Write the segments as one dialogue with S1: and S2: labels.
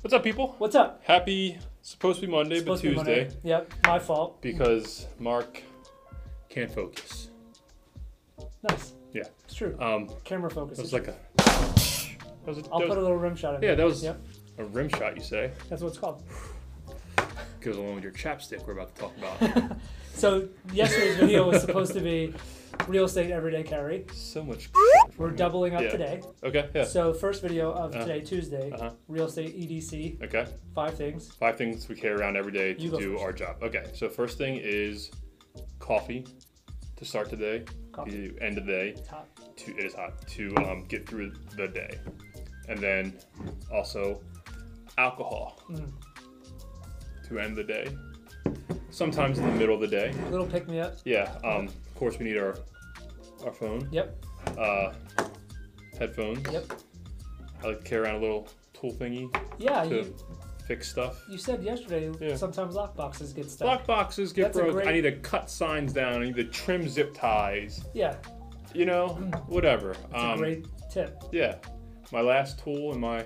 S1: What's up, people?
S2: What's up?
S1: Happy supposed to be Monday,
S2: Supposed
S1: but
S2: to be
S1: Tuesday
S2: Monday. Yep, my fault.
S1: because Mark can't focus.
S2: Nice.
S1: Yeah.
S2: It's true.
S1: Um,
S2: Camera focus.
S1: that was
S2: is-
S1: like a. That was a, that
S2: I'll put a
S1: was
S2: little rim shot in
S1: yeah,
S2: there.
S1: that was-
S2: Yep,
S1: a rim shot, you say,
S2: that's what it's called.
S1: goes along with your chapstick we're about to talk about.
S2: So yesterday's video was supposed to be real estate everyday carry.
S1: so much.
S2: We're doubling up
S1: Mm-hmm. Yeah.
S2: today.
S1: Okay, yeah.
S2: So first video of
S1: Uh-huh.
S2: today, Tuesday,
S1: Uh-huh.
S2: real estate EDC,
S1: Okay.
S2: five things.
S1: Five things we carry around every day to
S2: You go
S1: do
S2: first.
S1: our job. Okay, so first thing is coffee to start today,
S2: Coffee.
S1: to end the day.
S2: Top.
S1: to it is hot to um, get through the day, and then also alcohol
S2: Mm.
S1: to end the day. Sometimes in the middle of the day.
S2: Little pick me up.
S1: Yeah. Um, of course, we need our our phone,
S2: Yep,
S1: uh, headphones.
S2: yep.
S1: I like to carry around a little tool thingy
S2: Yeah,
S1: to
S2: you,
S1: fix stuff.
S2: you said yesterday
S1: Yeah.
S2: sometimes lock boxes get stuck.
S1: Lock boxes get
S2: That's a
S1: broke.
S2: great-
S1: I need to cut signs down. I need to trim zip ties.
S2: Yeah,
S1: You know, whatever. Um,
S2: it's Mm. a great tip.
S1: Yeah. My last tool in my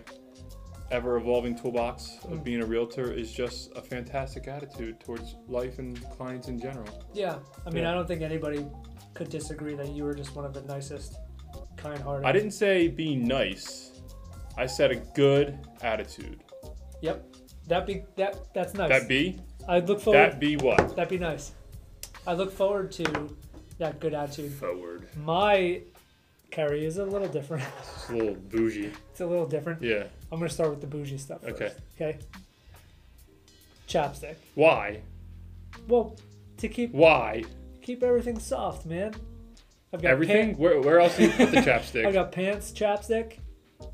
S1: ever evolving toolbox of being a realtor is just a fantastic attitude towards life and clients in general.
S2: Yeah, I mean,
S1: Yeah.
S2: I don't think anybody could disagree that you were just one of the nicest, kind-hearted.
S1: I didn't say be nice. I said a good attitude.
S2: Yep. That be that. That's nice.
S1: That be
S2: I look forward.
S1: that be what?
S2: That'd be nice. I look forward to that good attitude.
S1: Forward.
S2: My carry is a little different.
S1: It's a little bougie.
S2: it's a little different.
S1: Yeah.
S2: I'm gonna start with the bougie stuff.
S1: Okay.
S2: First, okay. Chapstick.
S1: Why?
S2: Well, to keep
S1: Why?
S2: keep everything soft, man. I've got
S1: Everything?
S2: Pant,
S1: Where, where else do you put the
S2: I've
S1: chapstick?
S2: got pants, chapstick.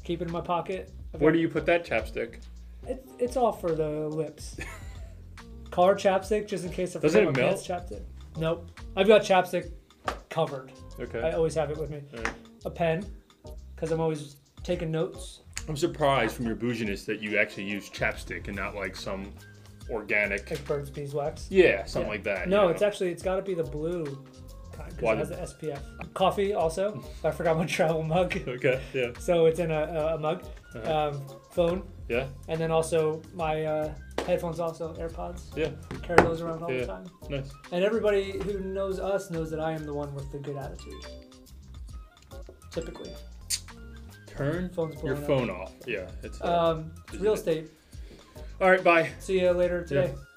S2: Keep it in my pocket. I've
S1: Where
S2: got-
S1: do you put that chapstick?
S2: It's it's all for the lips. Car chapstick, just in case I
S1: Doesn't
S2: forget
S1: it
S2: my pants chapstick. Nope. I've got chapstick covered. I
S1: Okay.
S2: always have it with me.
S1: Alright.
S2: A pen, because I'm always taking notes.
S1: I'm surprised from your bouginess that you actually use chapstick and not like some organic
S2: Like Bird's beeswax.
S1: Yeah, something
S2: Yeah.
S1: like that.
S2: No,
S1: you
S2: it's
S1: know.
S2: actually it's got to be the blue kind
S1: Why
S2: because it has the SPF. Coffee also. I forgot my travel mug,
S1: okay. Yeah,
S2: so it's in a, a, a mug. Um, phone,
S1: yeah,
S2: and then also my uh, headphones, also AirPods.
S1: yeah.
S2: Carry those around all
S1: Yeah.
S2: the time.
S1: Nice.
S2: And everybody who knows us knows that I am the one with the good attitude. Typically.
S1: Turn
S2: Phone's blowing
S1: your
S2: up. Uh,
S1: phone off. Yeah, it's.
S2: Um, real estate.
S1: All right, bye.
S2: See you later today.
S1: Yeah.